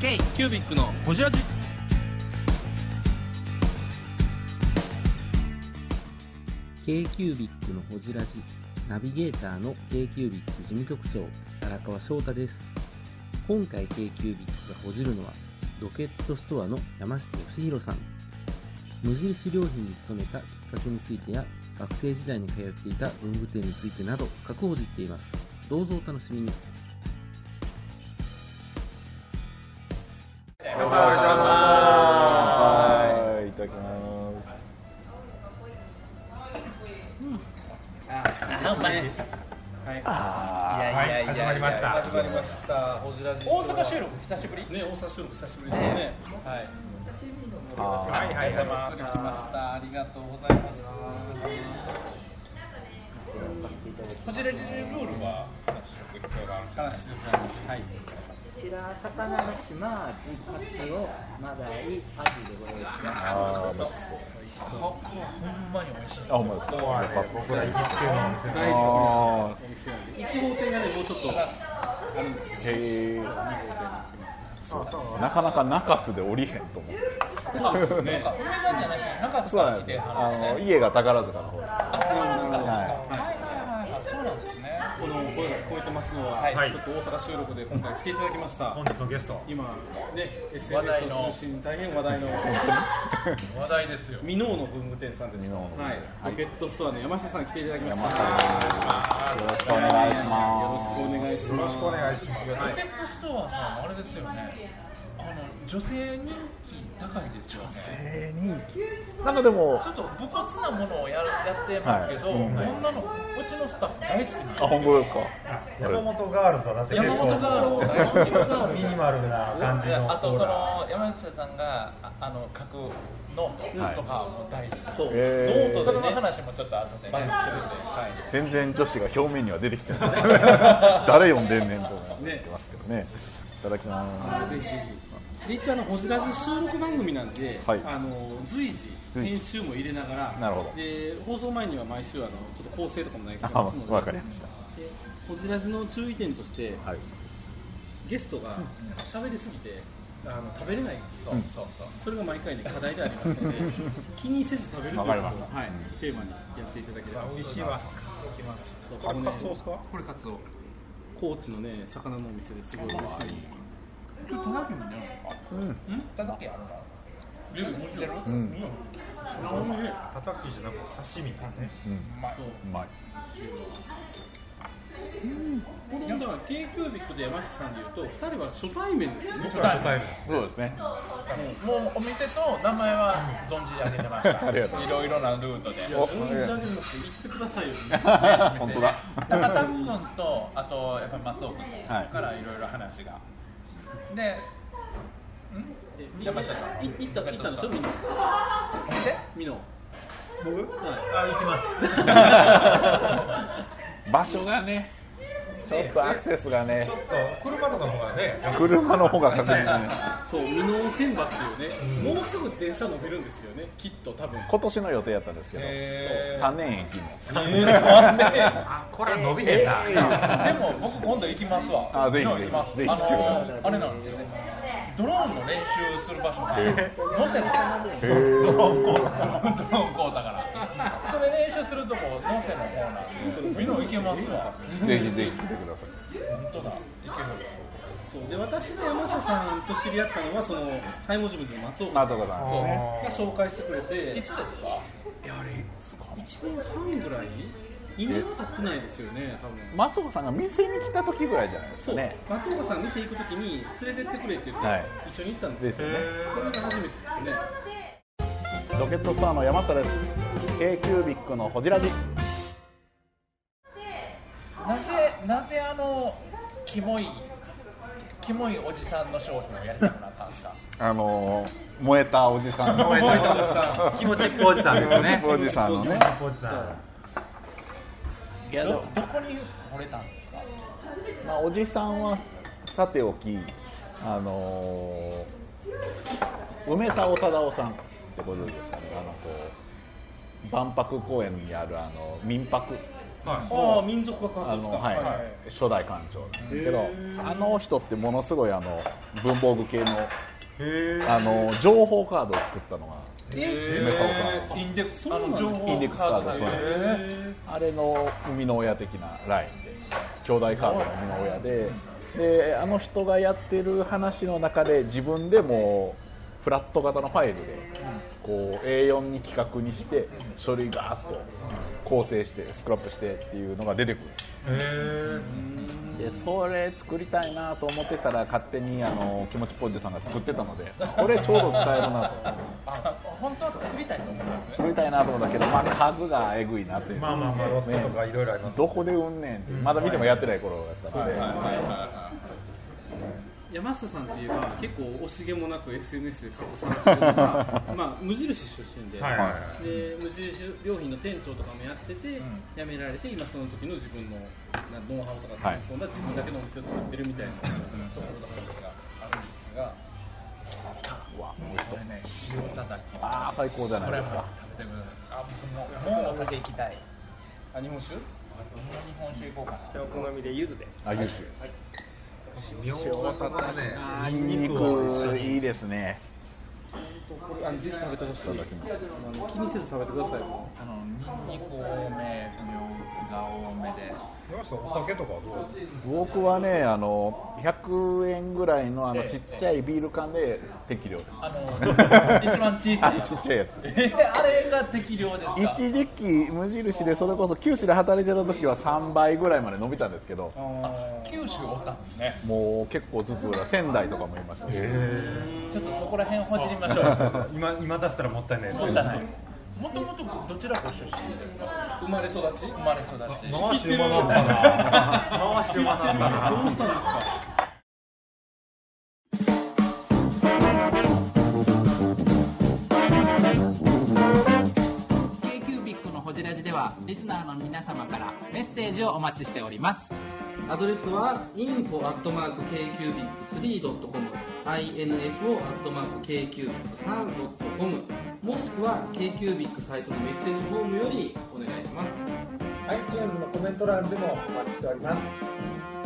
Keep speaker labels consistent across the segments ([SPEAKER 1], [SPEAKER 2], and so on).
[SPEAKER 1] K キュービックのホジラジ。
[SPEAKER 2] k q u b i c のほじラジナビゲーターの k q u b i c 事務局長荒川翔太です今回 k q u b i c がほじるのはロケットストアの山下義弘さん無印良品に勤めたきっかけについてや学生時代に通っていた文具店についてなど深くほじっていますどうぞお楽しみに
[SPEAKER 3] 乾杯
[SPEAKER 4] いいただきます
[SPEAKER 1] あ、うまい。
[SPEAKER 3] はい
[SPEAKER 1] いやいやいやいや
[SPEAKER 3] 始まりました
[SPEAKER 1] 始まりました。ホジラジ。
[SPEAKER 3] 大阪収録久しぶり
[SPEAKER 1] ね、大阪収録久しぶりですね。はい。
[SPEAKER 4] あ
[SPEAKER 3] はいはいはい
[SPEAKER 1] お疲れ様でした来ました。ありがとうございます。
[SPEAKER 3] こちらでルールは収録があるんです
[SPEAKER 1] 話してください。
[SPEAKER 5] こちら魚の島味カツをマダイアジでご用意します
[SPEAKER 4] あー美味しそうここはほんまに美味しいあ、ほんまですやっぱ僕ら行きつけなんですね
[SPEAKER 1] 大
[SPEAKER 4] あー
[SPEAKER 1] 一号店がね、もうちょっと。あるんですけど。
[SPEAKER 4] へえなかなか中津で降りへんと思う
[SPEAKER 3] そうですよねなんか梅田じゃないし中津
[SPEAKER 4] そう
[SPEAKER 3] さ
[SPEAKER 4] なんん
[SPEAKER 3] 来
[SPEAKER 4] で
[SPEAKER 3] て
[SPEAKER 4] す
[SPEAKER 3] はるんで
[SPEAKER 4] あ
[SPEAKER 3] す
[SPEAKER 4] の
[SPEAKER 3] ね
[SPEAKER 4] 家が宝塚の方
[SPEAKER 3] あ宝塚なんですか
[SPEAKER 4] は
[SPEAKER 3] はいはいはいはいそうなんですね
[SPEAKER 1] この声が聞こえてますのは、
[SPEAKER 3] はい
[SPEAKER 1] ちょっと大阪収録で今回来ていただきました。
[SPEAKER 6] 本日のゲスト
[SPEAKER 1] 今ね、SNS
[SPEAKER 3] 話題の
[SPEAKER 1] を中心に大変 話題の
[SPEAKER 6] 話題ですよ
[SPEAKER 1] ミノーの文具店さんです。
[SPEAKER 4] 箕面の文具
[SPEAKER 1] はい。ロケットストアの山下さん来ていただきました。
[SPEAKER 4] 山下よろしくお願いします
[SPEAKER 1] よろしくお願いします。よろしくお願いします。
[SPEAKER 6] ロケットストアさんあれですよねあの女性人気高いですよね
[SPEAKER 4] なんかでも
[SPEAKER 6] ちょっと武骨なものをやるやってますけど、
[SPEAKER 4] はいうん
[SPEAKER 6] 女の子うちのスタッフ大好きなんです
[SPEAKER 4] あ、本当ですか
[SPEAKER 7] 山本ガールズはだって
[SPEAKER 6] 山本ガールズ大好きガールズ
[SPEAKER 7] ミニマルな感じ
[SPEAKER 6] で
[SPEAKER 7] の
[SPEAKER 6] あとそ
[SPEAKER 7] オーラ
[SPEAKER 6] の山下さんがああの書くノー
[SPEAKER 4] はい
[SPEAKER 6] トとかも大好き、
[SPEAKER 1] そう。ノ
[SPEAKER 4] へー
[SPEAKER 1] ー
[SPEAKER 6] そ
[SPEAKER 1] トで
[SPEAKER 6] れの
[SPEAKER 1] ね。
[SPEAKER 6] 話もちょっと後でね、
[SPEAKER 1] は
[SPEAKER 4] 全然女子が表面には出てきて ない誰読んでんねんと思ってますけどねいただきま
[SPEAKER 1] い。ぜひぜひ。で一応あのホジラジ収録番組なんで、
[SPEAKER 4] はい
[SPEAKER 1] あの随時編集も入れながら、
[SPEAKER 4] なるほど
[SPEAKER 1] で放送前には毎週あのちょっと構成とかもないて
[SPEAKER 4] すあ、
[SPEAKER 1] ますので、
[SPEAKER 4] わかりました
[SPEAKER 1] でホジラジの注意点として、
[SPEAKER 4] はい
[SPEAKER 1] ゲストが喋りすぎてあの食べれないっていう。
[SPEAKER 6] そうそうそう
[SPEAKER 1] それが毎回ね課題であります ので気にせず食べるということを、
[SPEAKER 4] わ
[SPEAKER 1] は
[SPEAKER 4] か
[SPEAKER 1] い
[SPEAKER 4] りまし、
[SPEAKER 1] テーマにやっていただければ美味しいわそうここね
[SPEAKER 6] これカツオ
[SPEAKER 1] 高知のね魚のお店ですごい美味しい
[SPEAKER 6] 今日届けもね
[SPEAKER 4] うん
[SPEAKER 6] 届けあるな
[SPEAKER 1] 料理面白いね
[SPEAKER 4] うん
[SPEAKER 7] たたきじゃなくて刺身みたいなね
[SPEAKER 4] うんうまい。
[SPEAKER 1] このだから k q b i c で山下さんでいうと2人は初対面ですよね
[SPEAKER 7] 僕ら初対面
[SPEAKER 4] そうですね。
[SPEAKER 6] もうお店と名前は存じ上げて ました
[SPEAKER 4] ありがとう
[SPEAKER 6] いろいろなルートで
[SPEAKER 1] いや存じ上げますよ言ってくださいよ、
[SPEAKER 4] 本当だ。
[SPEAKER 6] 中田君とあとやっぱり松尾君
[SPEAKER 4] はい
[SPEAKER 6] からいろいろ話が、でん山下さん
[SPEAKER 1] い行った行ったんでしょみんなみの
[SPEAKER 7] あ、行きます
[SPEAKER 4] 場所がね、ちょっとアクセスがね
[SPEAKER 7] ちょ、っと車とかの方がね
[SPEAKER 4] 車の方が確実に。
[SPEAKER 1] そう箕面千葉っていうね、もうすぐ電車乗れるんですよねきっと多分
[SPEAKER 4] 今年の予定やったんですけど、
[SPEAKER 6] へー
[SPEAKER 4] 三年延期の。
[SPEAKER 7] あ、これは伸びへん な
[SPEAKER 6] でも僕今度行きますわ
[SPEAKER 4] あぜひ
[SPEAKER 6] 行きます
[SPEAKER 4] ぜひ
[SPEAKER 6] あの
[SPEAKER 4] 来てくださ
[SPEAKER 6] ーあれなんですよドローンの練習する場所が能勢なんですよドローンこうだからそれ練習するとこ能勢の方なんでそれみんな行けますわ
[SPEAKER 4] ぜひぜひ来てくださ
[SPEAKER 6] 本当だ行けるんですよ
[SPEAKER 1] そうで私が山下さんと知り合ったのはそのハイモジムズの松岡
[SPEAKER 4] い。
[SPEAKER 1] さん
[SPEAKER 4] 松岡さん。
[SPEAKER 1] そうが紹介してくれて
[SPEAKER 6] いつですか
[SPEAKER 1] いやあれ1年半ぐらい2年は経ってないですよね多分
[SPEAKER 4] 松岡さんが店に来た時ぐらいじゃないです
[SPEAKER 1] そ
[SPEAKER 4] か
[SPEAKER 1] う、
[SPEAKER 4] ね。
[SPEAKER 1] 松岡さん店行く時に連れてってくれって言って、
[SPEAKER 4] はい
[SPEAKER 1] 一緒に行ったんですよ
[SPEAKER 4] ですよね。
[SPEAKER 1] それが初めてですね
[SPEAKER 4] ロケットスターの山下です。K キュービックのホジラジ。
[SPEAKER 6] なぜなぜあのキモいキモいおじさんの商品をやりたくなったんですか
[SPEAKER 4] あのー燃えたおじさんの。
[SPEAKER 7] 燃えたおじ
[SPEAKER 4] さん。
[SPEAKER 7] 気持ちっこおじさんですよね
[SPEAKER 4] おじさんのね。
[SPEAKER 7] おじさん
[SPEAKER 6] いやどどこに惚れたんですか
[SPEAKER 4] まあ、おじさんはさておき、あのー梅沢忠夫さんってご存知ですかねあのこう万博公園にあるあの民泊
[SPEAKER 6] ああ民族学
[SPEAKER 4] あ
[SPEAKER 6] 博物
[SPEAKER 4] の、
[SPEAKER 6] 館
[SPEAKER 4] はい初代館長なんですけどあの人ってものすごいあの文房具系のあの情報カードを作ったのが梅沢さん
[SPEAKER 6] インデックスあの情報
[SPEAKER 4] インデックスカード
[SPEAKER 6] へえ
[SPEAKER 4] あれの生みの親的なラインで兄弟カードの生みの親でであの人がやってる話の中で自分でもうフラット型のファイルでこう A4 に企画にして書類ガーッと構成してスクラップしてっていうのが出てくるでそれ作りたいなと思ってたら勝手にあの気持ちポンジさんが作ってたのでこれちょうど使えるなと
[SPEAKER 6] あ本当は作りたいと思ってますね
[SPEAKER 4] 作りたいなと思うんだけど、まあ、数がえぐいなっていう
[SPEAKER 7] まあまあまあ、ロットとかいろいろあります。
[SPEAKER 4] どこで売んねんってまだ店もやってない頃だったので
[SPEAKER 1] 山下さんといえば結構惜しげもなく SNS で過去探してるの がまあ無印出身で,、
[SPEAKER 7] はいはいは
[SPEAKER 1] で無印良品の店長とかもやってて、辞められて今その時の自分のなノウハウとか突っ込んだ自分だけのお店を作ってるみたいなところの話があるんですが
[SPEAKER 4] うわ美味しそう
[SPEAKER 6] ね塩たたき
[SPEAKER 4] ああ最高じゃない
[SPEAKER 6] これ
[SPEAKER 4] で
[SPEAKER 6] も
[SPEAKER 4] すか
[SPEAKER 6] 食べてくださいあ僕ももうお酒行きたいあ日本酒日本酒行こうかな
[SPEAKER 5] じゃあお好みで柚子で
[SPEAKER 4] あゆず
[SPEAKER 7] 妙高だね。
[SPEAKER 4] ニンニクいいですね
[SPEAKER 1] これあのぜひ食べてほしいあの気にせず食べてくださいも
[SPEAKER 6] あのニンニク多めみょうが多めで
[SPEAKER 7] 山下さんお酒とかはどうですか
[SPEAKER 4] 僕はねあの100円ぐらいのあのちっちゃいビール缶で適量です
[SPEAKER 6] あ の 一番小さいやつ
[SPEAKER 4] ちっちゃいやつ
[SPEAKER 6] えあれが適量ですか
[SPEAKER 4] 一時期無印でそれこそ九州で働いてた時は3倍ぐらいまで伸びたんですけど
[SPEAKER 6] 九州おったんですね
[SPEAKER 4] もう結構ずつぐらい仙台とかもいましたし
[SPEAKER 6] ちょっとそこら辺ほじりましょう
[SPEAKER 7] 今今出したらもったいないです
[SPEAKER 6] そうだねもともとどちらご出身ですか生まれ育ち生まれ育ち
[SPEAKER 7] 回し馬なのかな回し馬なのかな
[SPEAKER 1] うどうしたんですか
[SPEAKER 8] アドレスは info.kcubic3.com info.kcubic3.com もしくは KQBIC サイトのメッセージフォームよりお願いします
[SPEAKER 9] iTunes のコメント欄でもお待ちしております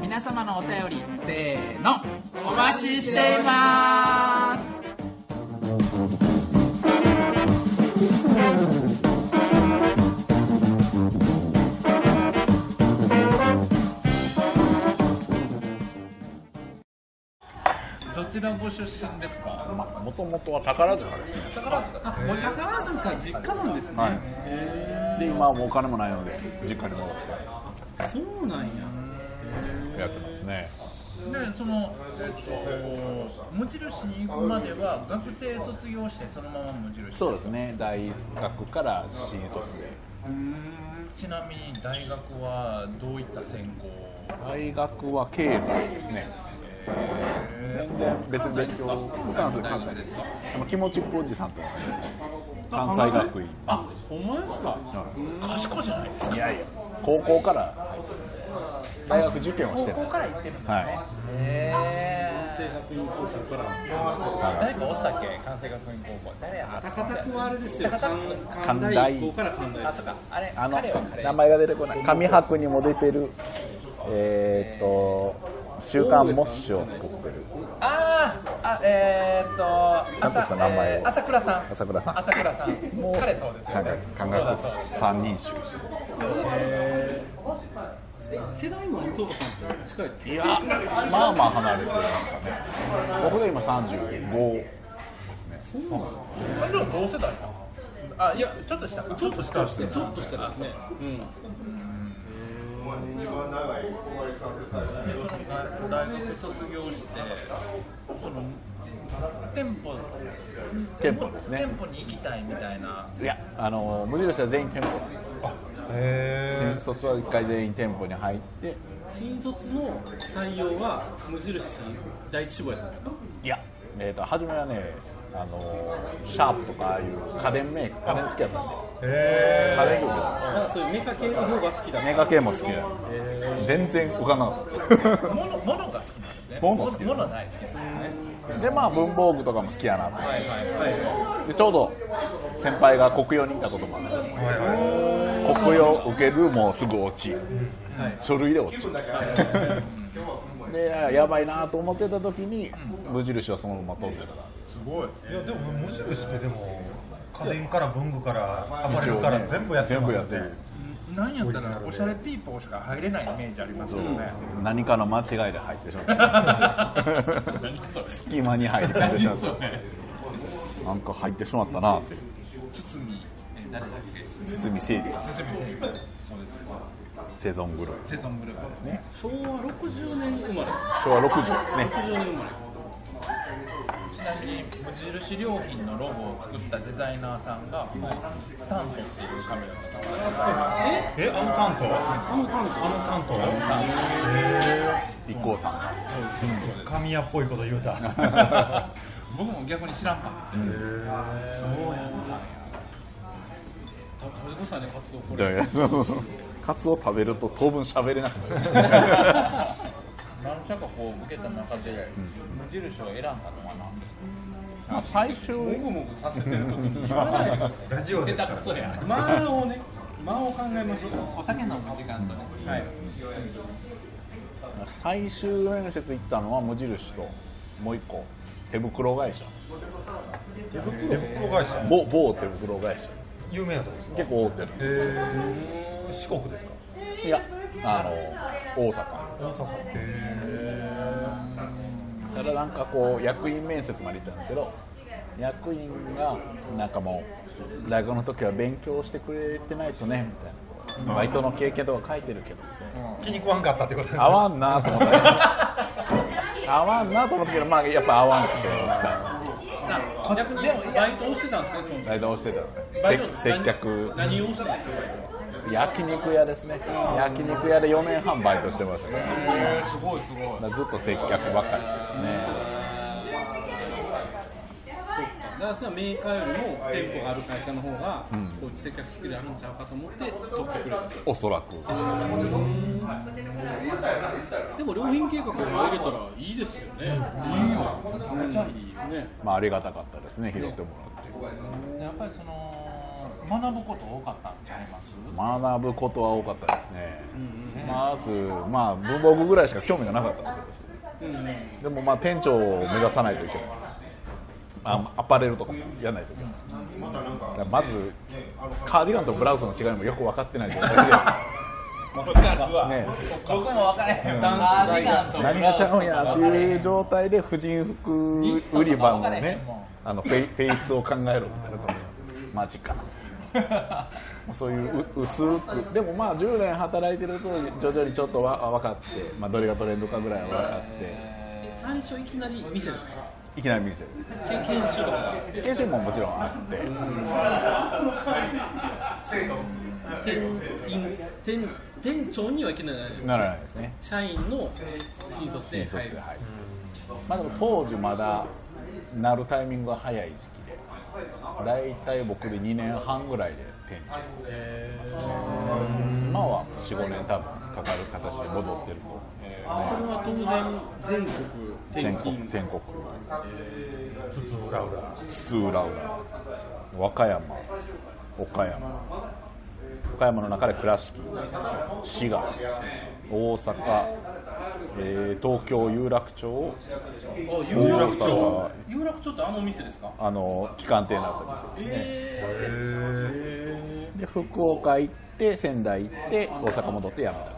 [SPEAKER 8] 皆様のお便りせーのお待ちしています
[SPEAKER 6] どちらご出身ですか
[SPEAKER 4] もともとは宝塚です
[SPEAKER 6] 宝塚
[SPEAKER 1] お宝塚実家なんですね、
[SPEAKER 4] はい
[SPEAKER 1] へ
[SPEAKER 4] で今はもうお金もないので実家に戻って
[SPEAKER 1] ーそうなんや
[SPEAKER 4] やってますね
[SPEAKER 6] でその、えっと、無印に行くまでは学生卒業してそのまま無印
[SPEAKER 4] そうですね大学から新卒で
[SPEAKER 6] ちなみに大学はどういった専攻
[SPEAKER 4] 大学は経済ですね全然別に勉強関西関西ですかでも気持ちっぽおじさんと同じ関西学院
[SPEAKER 1] あほんまですか
[SPEAKER 6] 賢いじゃないですか
[SPEAKER 4] いやいや高校から大学受験をして
[SPEAKER 6] 高
[SPEAKER 4] る
[SPEAKER 6] 校から行ってるんだ
[SPEAKER 4] はい
[SPEAKER 6] へえ誰かおったっけ関西学院高校誰や
[SPEAKER 1] 高田君はあれですよ
[SPEAKER 4] 神
[SPEAKER 1] 関
[SPEAKER 4] 大
[SPEAKER 1] 大高から関大
[SPEAKER 6] あ
[SPEAKER 1] です
[SPEAKER 6] とかあれ
[SPEAKER 4] あの
[SPEAKER 6] 彼は彼
[SPEAKER 4] 名前が出てこない紙博にも出てるえーっと「週刊モッシュ」を作ってる
[SPEAKER 6] あーあえー、っと
[SPEAKER 4] ちゃんとした名前を
[SPEAKER 6] えー朝倉さん
[SPEAKER 4] 朝倉さん
[SPEAKER 6] 朝倉さん彼そうですよね
[SPEAKER 4] 感
[SPEAKER 6] そうだ
[SPEAKER 4] 覚
[SPEAKER 6] そうだ
[SPEAKER 4] 三人衆
[SPEAKER 1] 世代も松岡さんと近いです
[SPEAKER 4] いやまあまあ離れてますかね僕で今35
[SPEAKER 6] 彼らは同世代かあいやちょっとしたちょっとした
[SPEAKER 1] ねちょっとしたですね
[SPEAKER 6] でその大学卒業してその店舗
[SPEAKER 4] 店舗ですね
[SPEAKER 6] 店舗に行きたいみたいない
[SPEAKER 4] やあの無印は全員店舗なんです
[SPEAKER 7] へ
[SPEAKER 4] 新卒は一回全員店舗に入って
[SPEAKER 1] 新卒の採用は無印第一志望やったんですか
[SPEAKER 4] いやえー、と初めはねあのシャープとかああいう家電メーカー家電好きやったんでへー。タレ漁だ。
[SPEAKER 1] なんかそういうメカ系の方が好きだね。
[SPEAKER 4] メガ系も好きだ。全然浮かんなかったです。
[SPEAKER 6] ものものが好きなんですね。
[SPEAKER 4] もの好き
[SPEAKER 6] もの大好きですね。
[SPEAKER 4] でまあ文房具とかも好きやなと
[SPEAKER 6] はいはいはい。
[SPEAKER 4] でちょうど先輩が国用にいたこともあって国用受けるもうすぐ落ち、書類で落ちでやばいなと思ってた時に無印はそのまま通ってたか
[SPEAKER 7] いやでも無印ってでも家電から文具からア
[SPEAKER 4] ら
[SPEAKER 7] パレルから全部やって
[SPEAKER 4] 全
[SPEAKER 7] ま
[SPEAKER 4] 部
[SPEAKER 7] す
[SPEAKER 4] や
[SPEAKER 7] よね
[SPEAKER 4] ってる
[SPEAKER 6] なんやったらおしゃれピーポーしか入れないイメージありますよね。
[SPEAKER 4] 何かの間違いで入ってしまった隙間に入ってしまったなんか入ってしまったなっていう
[SPEAKER 6] 包みえ誰だっけ？
[SPEAKER 4] 堤誠司さん
[SPEAKER 6] 包み先生。そうですよ。
[SPEAKER 4] セゾングループ
[SPEAKER 6] セゾングループですね。
[SPEAKER 1] 昭和60年生まれ。
[SPEAKER 4] 昭和60です
[SPEAKER 1] 60年生ま
[SPEAKER 4] ね
[SPEAKER 1] れ。
[SPEAKER 6] ちなみに無印良品のロゴを作ったデザイナーさんが、タントっていうカメラを使って
[SPEAKER 7] えあの担当あの担当あの担
[SPEAKER 4] 一行さんが
[SPEAKER 7] 当神谷っぽいこと言うた
[SPEAKER 6] 僕も逆に知らんかったんで、そうやったんや
[SPEAKER 1] た食べてくださいねカツオこ
[SPEAKER 4] だ
[SPEAKER 1] れ。
[SPEAKER 4] からカツを食べると当分喋れなくなる
[SPEAKER 6] 何社かこう受けた中で無印を選んだのは何です
[SPEAKER 4] 最終
[SPEAKER 1] もぐもぐさせてる時に言わないでください。
[SPEAKER 7] ラジオです
[SPEAKER 6] か
[SPEAKER 7] か
[SPEAKER 6] 下手くそや
[SPEAKER 1] 間をね、間を考えましょう。
[SPEAKER 6] お酒飲む時間とね
[SPEAKER 1] はい。
[SPEAKER 4] 最終面接行ったのは無印ともう一個手袋会社
[SPEAKER 7] 手袋会社
[SPEAKER 4] 某某手袋会社
[SPEAKER 7] 有名なとこですか
[SPEAKER 4] 結構大手
[SPEAKER 7] えー、四国ですか
[SPEAKER 4] のいやあの大阪
[SPEAKER 7] 大阪
[SPEAKER 4] ただなんかこう役員面接まで行ったんだけど役員がなんかもう大学の時は勉強してくれてないとねみたいなバイトの経験とか書いてるけど
[SPEAKER 7] 気に食わんかったってこと
[SPEAKER 4] 合わんなと思ったけど合わんなと思ったけどまあやっぱ合わんくてした
[SPEAKER 1] あ逆にバイトをしてたんですね、
[SPEAKER 4] 大体押して
[SPEAKER 1] その
[SPEAKER 4] た
[SPEAKER 1] バ
[SPEAKER 4] ね
[SPEAKER 1] イト
[SPEAKER 4] せ接客
[SPEAKER 1] 何何をしてたんですか、バイ
[SPEAKER 4] 焼肉屋ですね焼肉屋で4年半バイトしてましたね
[SPEAKER 6] すごいすごい
[SPEAKER 4] だからずっと接客ばっかりしてますね
[SPEAKER 1] トだからそれはメーカーよりも店舗がある会社の方が、こう接客スキルあるんちゃうかと思って取ってくれます
[SPEAKER 4] おそらく
[SPEAKER 1] でも良品計画を入れたらいいですよねいいわめちゃいいよね
[SPEAKER 4] まあありがたかったですね拾ってもらって
[SPEAKER 6] やっぱりその学ぶこと多かったんちゃいます
[SPEAKER 4] 学ぶことは多かったですね、まず、まあ、文房具ぐらいしか興味がなかったわけです、でもまあ店長を目指さないといけないあアパレルとかもやらないといけない、だからまずカーディガンとブラウスの違いもよく分かってない状態で
[SPEAKER 6] 分かるわ、
[SPEAKER 4] ね
[SPEAKER 6] 僕も分からへん男子大学
[SPEAKER 4] 何がちゃうんやっていう状態で婦人服売り場のねあのフェイフェイスを考えろみたいなことマジか そういうう薄くでもまあ10年働いてると徐々にちょっとわ分かって、まあ、どれがトレンドかぐらいは分かっ
[SPEAKER 1] 最初いきなり店ですか
[SPEAKER 4] ていきなり見せる
[SPEAKER 1] け研修とかが
[SPEAKER 4] 研修ももちろんあって
[SPEAKER 1] 店員店店長にはいけないじゃないですか
[SPEAKER 4] ならないですね
[SPEAKER 1] 社員の新卒で
[SPEAKER 4] 新卒
[SPEAKER 1] 入
[SPEAKER 4] で
[SPEAKER 1] る
[SPEAKER 4] はいまあでも当時まだなるタイミングが早い時期で大体僕で2年半ぐらいで店長今は45年多分かかる形で戻ってると思うんですけどね
[SPEAKER 1] それは当然全国
[SPEAKER 4] 全
[SPEAKER 1] 転
[SPEAKER 4] 国
[SPEAKER 1] 勤
[SPEAKER 4] 全国
[SPEAKER 7] 津々浦々
[SPEAKER 4] 津々浦々和歌山岡山岡山の中で倉敷滋賀大阪、えー東京有楽町
[SPEAKER 1] あ有楽
[SPEAKER 4] 大阪
[SPEAKER 1] 町有楽町ってあのお店ですか
[SPEAKER 4] あの期間店になったんですよで福岡行って仙台行って大阪戻って山梨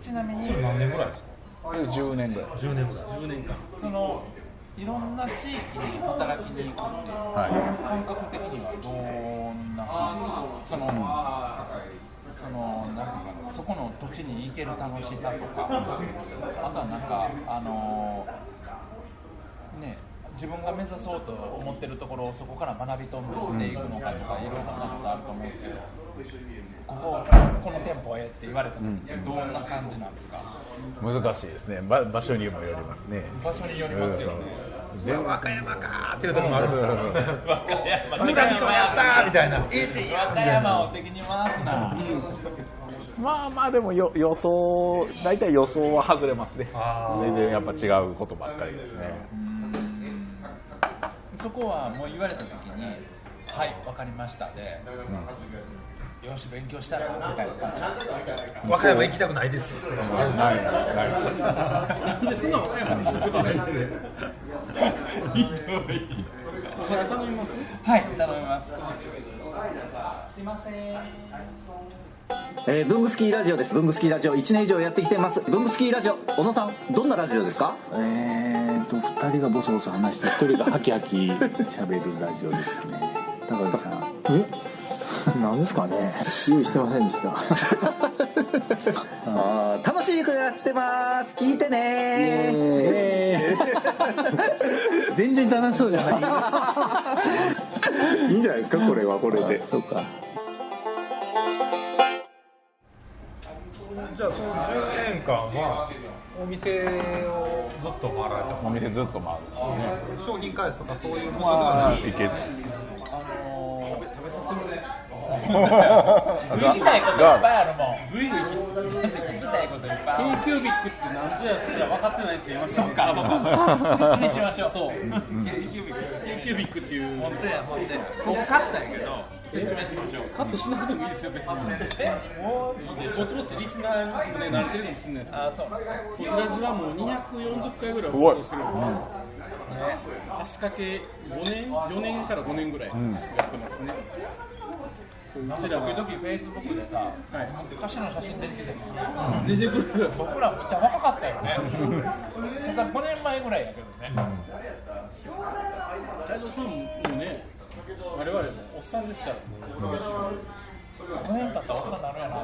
[SPEAKER 6] ちなみに
[SPEAKER 7] 何年ぐらいですか
[SPEAKER 4] これ10年ぐらい
[SPEAKER 7] 10年ぐらい
[SPEAKER 1] 10年間
[SPEAKER 6] そのいろんな地域に働きに行くっていう
[SPEAKER 4] はい
[SPEAKER 6] 感覚的にはどんな感じその、そのなんかそこの土地に行ける楽しさとか、あとはなんかあのね自分が目指そうと思ってるところをそこから学び取っていくのかとかいろいろなことあると思うんですけどこここの店舗へって言われた時ってどんな感じなんですか、
[SPEAKER 4] 難しいですねば場所にもよりますね
[SPEAKER 6] 場所によりますよね
[SPEAKER 4] 全和歌山かーっていうとこもある
[SPEAKER 6] 和歌山
[SPEAKER 7] 三上君やったーみたいな
[SPEAKER 6] 和歌山を敵に回すな、
[SPEAKER 4] まあまあでもよ予想大体予想は外れますね全然やっぱ違うことばっかりですね
[SPEAKER 6] そこはもう言われた時に「はい分かりました」で「よし勉強したら」みたいな感じ
[SPEAKER 7] 和歌山行きたくないです
[SPEAKER 4] ないない
[SPEAKER 1] なんでそんな若いもんにすってばね
[SPEAKER 6] はい頼みます
[SPEAKER 10] えー、ブングスキーラジオですブングスキーラジオ1年以上やってきてますブングスキーラジオ小野さんどんなラジオですかえーと2人がボソボソ話して1人がハキハキ喋るラジオですね高橋さんえなんですかね用意してませんでした あー楽しい曲やってます聞いてね全然楽しそうじゃないいいんじゃないですかこれはこれでそうか
[SPEAKER 7] じゃあその10年間はお店をずっと回られ
[SPEAKER 4] お店ずっと回るしね
[SPEAKER 7] た商品開発とかそういうの
[SPEAKER 4] まあいけず
[SPEAKER 6] 聞きたいこといっぱいあるもん
[SPEAKER 1] グイグイ行きす
[SPEAKER 6] だって聞きたいこといっぱいある
[SPEAKER 1] k キュービックって何ぞやすら分かってないですよ山下さん
[SPEAKER 6] か僕説明しましょう
[SPEAKER 1] そう k キュービックっていう
[SPEAKER 6] 本当や本当や僕買ったんやけど説明しましょう
[SPEAKER 1] カットしなくてもいいですよ別にぼちぼちリスナーね慣れてるかもしれないですけど
[SPEAKER 6] あそう
[SPEAKER 1] こちらじはもう240回ぐらい放送してるんですよ、ね、足掛け5年4年から5年ぐらいやってますね、
[SPEAKER 6] なんか時々フェイスブックでさ、
[SPEAKER 1] はい
[SPEAKER 6] 昔の写真出てきてるんですよ
[SPEAKER 1] 出てくる
[SPEAKER 6] 僕らめっちゃ若かったよねただ5年前ぐらいやけどね
[SPEAKER 1] 太蔵さんもね我々もおっさんですから、
[SPEAKER 6] 5年経ったらおっさんになるやな、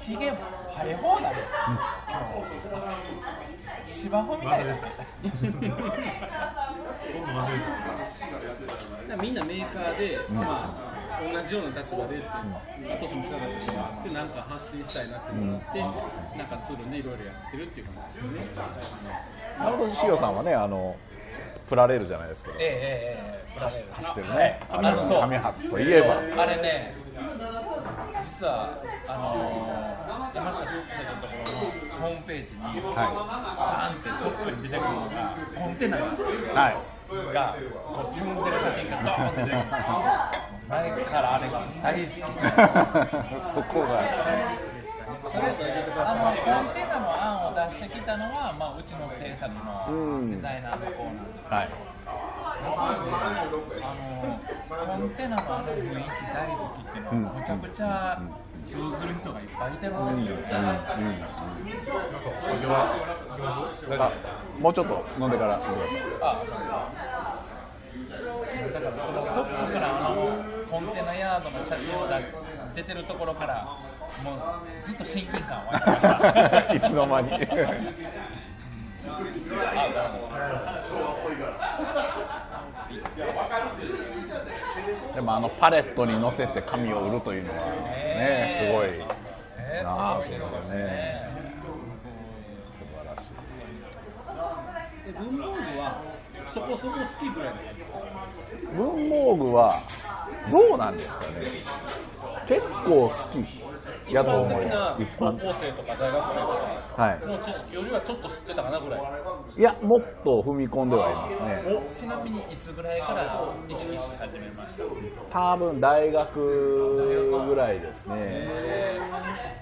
[SPEAKER 6] ひげも生え放題よ芝生みたいだね
[SPEAKER 1] だからみんなメーカーで、まあ、同じような立場でって、後押しもしなかった人があって、なんか発信したいなって思って、なんかツールでいろいろやってるっていう感じですね。
[SPEAKER 4] なるほどしおさんはねあのプラレールじゃないですけど
[SPEAKER 6] ええええええブラジル
[SPEAKER 4] 走ってるね
[SPEAKER 6] あ
[SPEAKER 4] あれ
[SPEAKER 6] あのそう
[SPEAKER 4] 亀初といえば
[SPEAKER 6] あれね、実はあのー、山下さんのところのホームページに、バーンってトップに出てくるのが、コンテナが、
[SPEAKER 4] はい
[SPEAKER 6] がこう積んでる写真がドーンって出てくる、前からあれが大好き、
[SPEAKER 4] そこが
[SPEAKER 6] あのコンテナの案を出してきたのは、まあ、うちの制作のデザイナーの方なんですけど
[SPEAKER 4] はい
[SPEAKER 6] あのコンテナのあの雰囲気大好きっていうのは、むちゃくちゃ通ずる人がいっぱいいてるんですよ、
[SPEAKER 4] あもうちょっと飲んでから行ってください
[SPEAKER 6] だからそのトップからあのコンテナヤードの写真を出し出てるところから、もうずっと親近感湧いてました。
[SPEAKER 4] いつの間に
[SPEAKER 6] あ
[SPEAKER 4] でもあのパレットに乗せて紙を売るというのはねすごい
[SPEAKER 6] え
[SPEAKER 4] な
[SPEAKER 6] ー
[SPEAKER 4] あ
[SPEAKER 6] すごいですよ
[SPEAKER 4] そうです
[SPEAKER 6] ね
[SPEAKER 4] ね。素晴らしい
[SPEAKER 1] で文房具はそこそこ好きぐらいの感じです
[SPEAKER 4] 文房具はどうなんですかね結構好きやと思います一
[SPEAKER 1] 高
[SPEAKER 4] 般
[SPEAKER 1] 校生とか大学生と
[SPEAKER 4] は
[SPEAKER 1] かの知識よりはちょっと知ってたかなぐらい。
[SPEAKER 4] いいやもっと踏み込んではいますね
[SPEAKER 6] ちなみにいつぐらいから意識し始めました
[SPEAKER 4] 多分大学ぐらいですね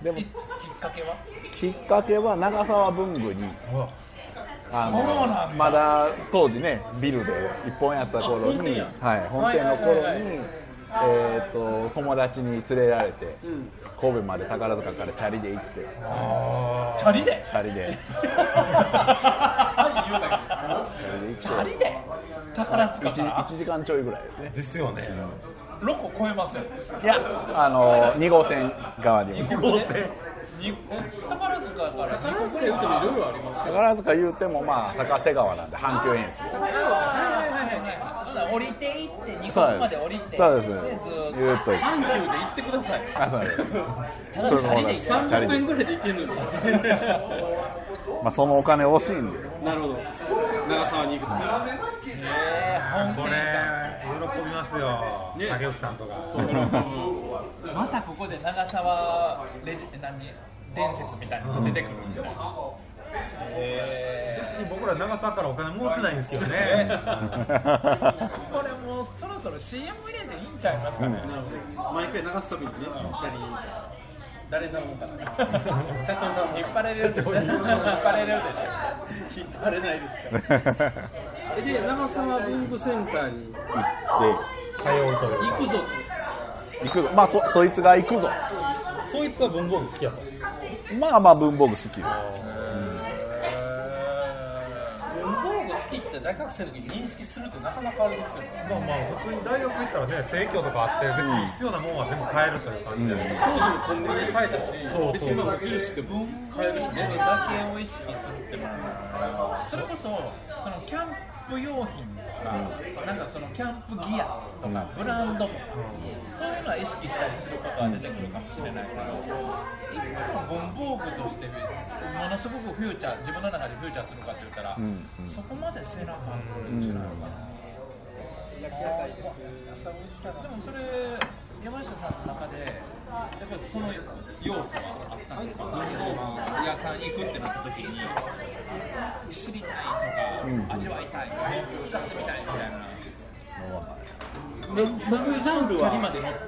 [SPEAKER 4] でも
[SPEAKER 6] いきっかけは
[SPEAKER 4] きっかけは長沢文具にあ
[SPEAKER 6] そうなんだ
[SPEAKER 4] のまだ当時ねビルで一本やった頃
[SPEAKER 1] あ本店
[SPEAKER 4] に
[SPEAKER 1] や
[SPEAKER 4] はい、本店の頃に、
[SPEAKER 1] はいはいはいは
[SPEAKER 4] えー、と友達に連れられて、神戸まで宝塚からチャリで行って
[SPEAKER 6] チャリで
[SPEAKER 4] チャリで
[SPEAKER 6] チャリで宝塚か
[SPEAKER 4] 1,
[SPEAKER 6] ら
[SPEAKER 4] 時間ちょいぐらいですね
[SPEAKER 7] ですよね
[SPEAKER 6] 6個超えますよ
[SPEAKER 4] いやあの2号線側に
[SPEAKER 6] 2個でに宝塚から2個
[SPEAKER 1] 高校生言うてもいろいろありますよ。
[SPEAKER 4] 宝塚言うてもまあ坂瀬川なんで阪急沿線
[SPEAKER 1] はいはいはいはい。
[SPEAKER 6] だ降りていって2階まで降りて
[SPEAKER 4] そうです
[SPEAKER 6] ずーっと
[SPEAKER 4] ゆっと行って
[SPEAKER 1] 阪急で行ってください
[SPEAKER 4] あそうです
[SPEAKER 6] ただのチャリで行った
[SPEAKER 4] チャリ
[SPEAKER 1] 300
[SPEAKER 4] で
[SPEAKER 1] 円ぐらいで行けるん ですよ
[SPEAKER 4] まあそのお金惜しいん で
[SPEAKER 1] なるほど長沢に行くと
[SPEAKER 7] これ喜びますよ、
[SPEAKER 1] ね
[SPEAKER 7] 竹内さんとか
[SPEAKER 1] そう
[SPEAKER 6] またここで長沢レジ何伝説みたいなの出てくるみたいな、
[SPEAKER 7] 別に僕ら長沢からお金持ってないんですけどね
[SPEAKER 6] ねこれもうそろそろ CM 入れていいんちゃいますかね、
[SPEAKER 1] なるほど毎回流すたびにねチャリ誰になるのかな社長が
[SPEAKER 6] 引っ張れるでしょ引っ張れるでしょ
[SPEAKER 1] 引っ張れないですからで長沢文具センターに
[SPEAKER 7] 通うという
[SPEAKER 1] 行くぞ
[SPEAKER 4] で行くぞまあそそいつが行くぞ
[SPEAKER 7] そいつは文房具好きやった
[SPEAKER 4] まあまあ文房具好きで
[SPEAKER 1] 文房具好きって大学生の時に認識するってなかなかあれですよね
[SPEAKER 7] まあまあ普通に大学行ったらね生協とかあって別に必要なもんは全部買えるという感じで、
[SPEAKER 1] 当時のコンビニで買えたし
[SPEAKER 7] そう
[SPEAKER 1] 別に今無印でも買えるしね
[SPEAKER 6] だけを意識するってもそれこそそのキャンプ用品とか、なんかそのキャンプギアとか、ブランドも、そういうのは意識したりすることは出てくるかもしれないけど、一方文房具としてものすごくフューチャー自分の中でフューチャーするかって言ったら、そこまでせなあかんんじゃないのかな。でもそれ山下さんの中でやっぱりその要素はあったんですか文房具屋さん行くってなった時に知りたいとか味わいたい使ってみたいみたいな
[SPEAKER 1] 文具ジャンル
[SPEAKER 6] チャリ
[SPEAKER 1] は
[SPEAKER 6] まで持って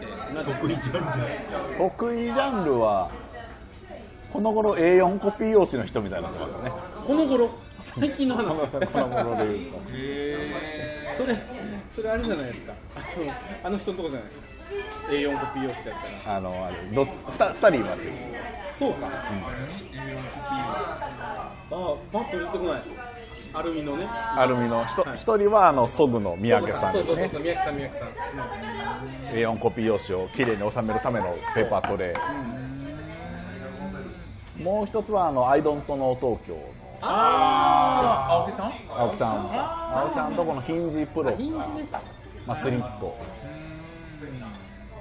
[SPEAKER 4] 得意ジャンルはこの頃 A4 コピー用紙の人みたいになってますよね
[SPEAKER 1] この頃最近の話
[SPEAKER 4] この頃で言うと
[SPEAKER 1] それそれあれじゃないですかあのあの人のとこじゃないですか A4 コピー用紙だったら
[SPEAKER 4] あのあれど 2, 人いますよ
[SPEAKER 1] そうか、ああパッと出てこないアルミのね
[SPEAKER 4] アルミの人
[SPEAKER 1] はい
[SPEAKER 4] 1人はあのソグの三宅さん
[SPEAKER 1] そ
[SPEAKER 4] で
[SPEAKER 1] うそう
[SPEAKER 4] す
[SPEAKER 1] そう
[SPEAKER 4] ね
[SPEAKER 1] そう三宅さん三宅さん
[SPEAKER 4] A4 コピー用紙をきれいに収めるためのペーパートレーもう一つはあのアイドントの東京の
[SPEAKER 6] ああ青木さん
[SPEAKER 4] 青木さん青木さんとこのヒンジプロか、まあ、スリット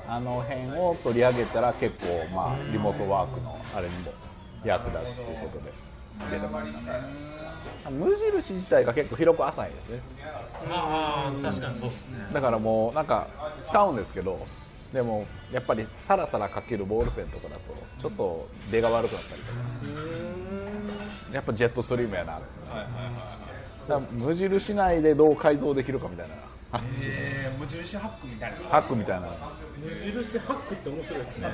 [SPEAKER 4] あの辺を取り上げたら結構まあリモートワークのあれにも役立つということで入れてましたね無印自体が結構広く浅いですね
[SPEAKER 7] まあ確かにそうですね
[SPEAKER 4] だからもうなんか使うんですけどでもやっぱりサラサラかけるボールペンとかだとちょっと出が悪くなったりとかやっぱジェットストリームやなだから無印内でどう改造できるかみたいな
[SPEAKER 6] えー無印ハックみたいな
[SPEAKER 4] ハックみたいな
[SPEAKER 1] 無印ハックって面白いですね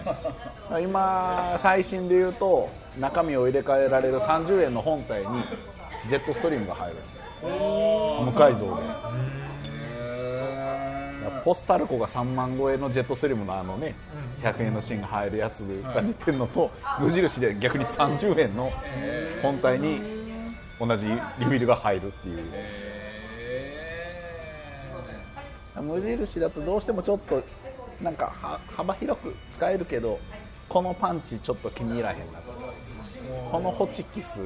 [SPEAKER 4] 今最新で言うと中身を入れ替えられる30円の本体にジェットストリームが入る無改造でポスタルコが3万超えのジェットストリームのあのね100円の芯が入るやつが出てるのと無印で逆に30円の本体に同じリビルが入るっていう無印だとどうしてもちょっとなんかは幅広く使えるけどこのパンチちょっと気に入らへんなとかこのホチキス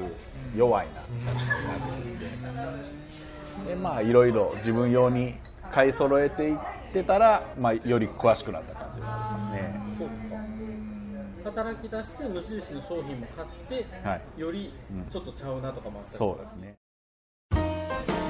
[SPEAKER 4] 弱いなでまあいろいろ自分用に買い揃えていってたら、まあ、より詳しくなった感じがありますね
[SPEAKER 1] そうか働き出して無印の商品も買って、
[SPEAKER 4] はい
[SPEAKER 1] よりちょっとちゃうなとかもあったり
[SPEAKER 4] そうですね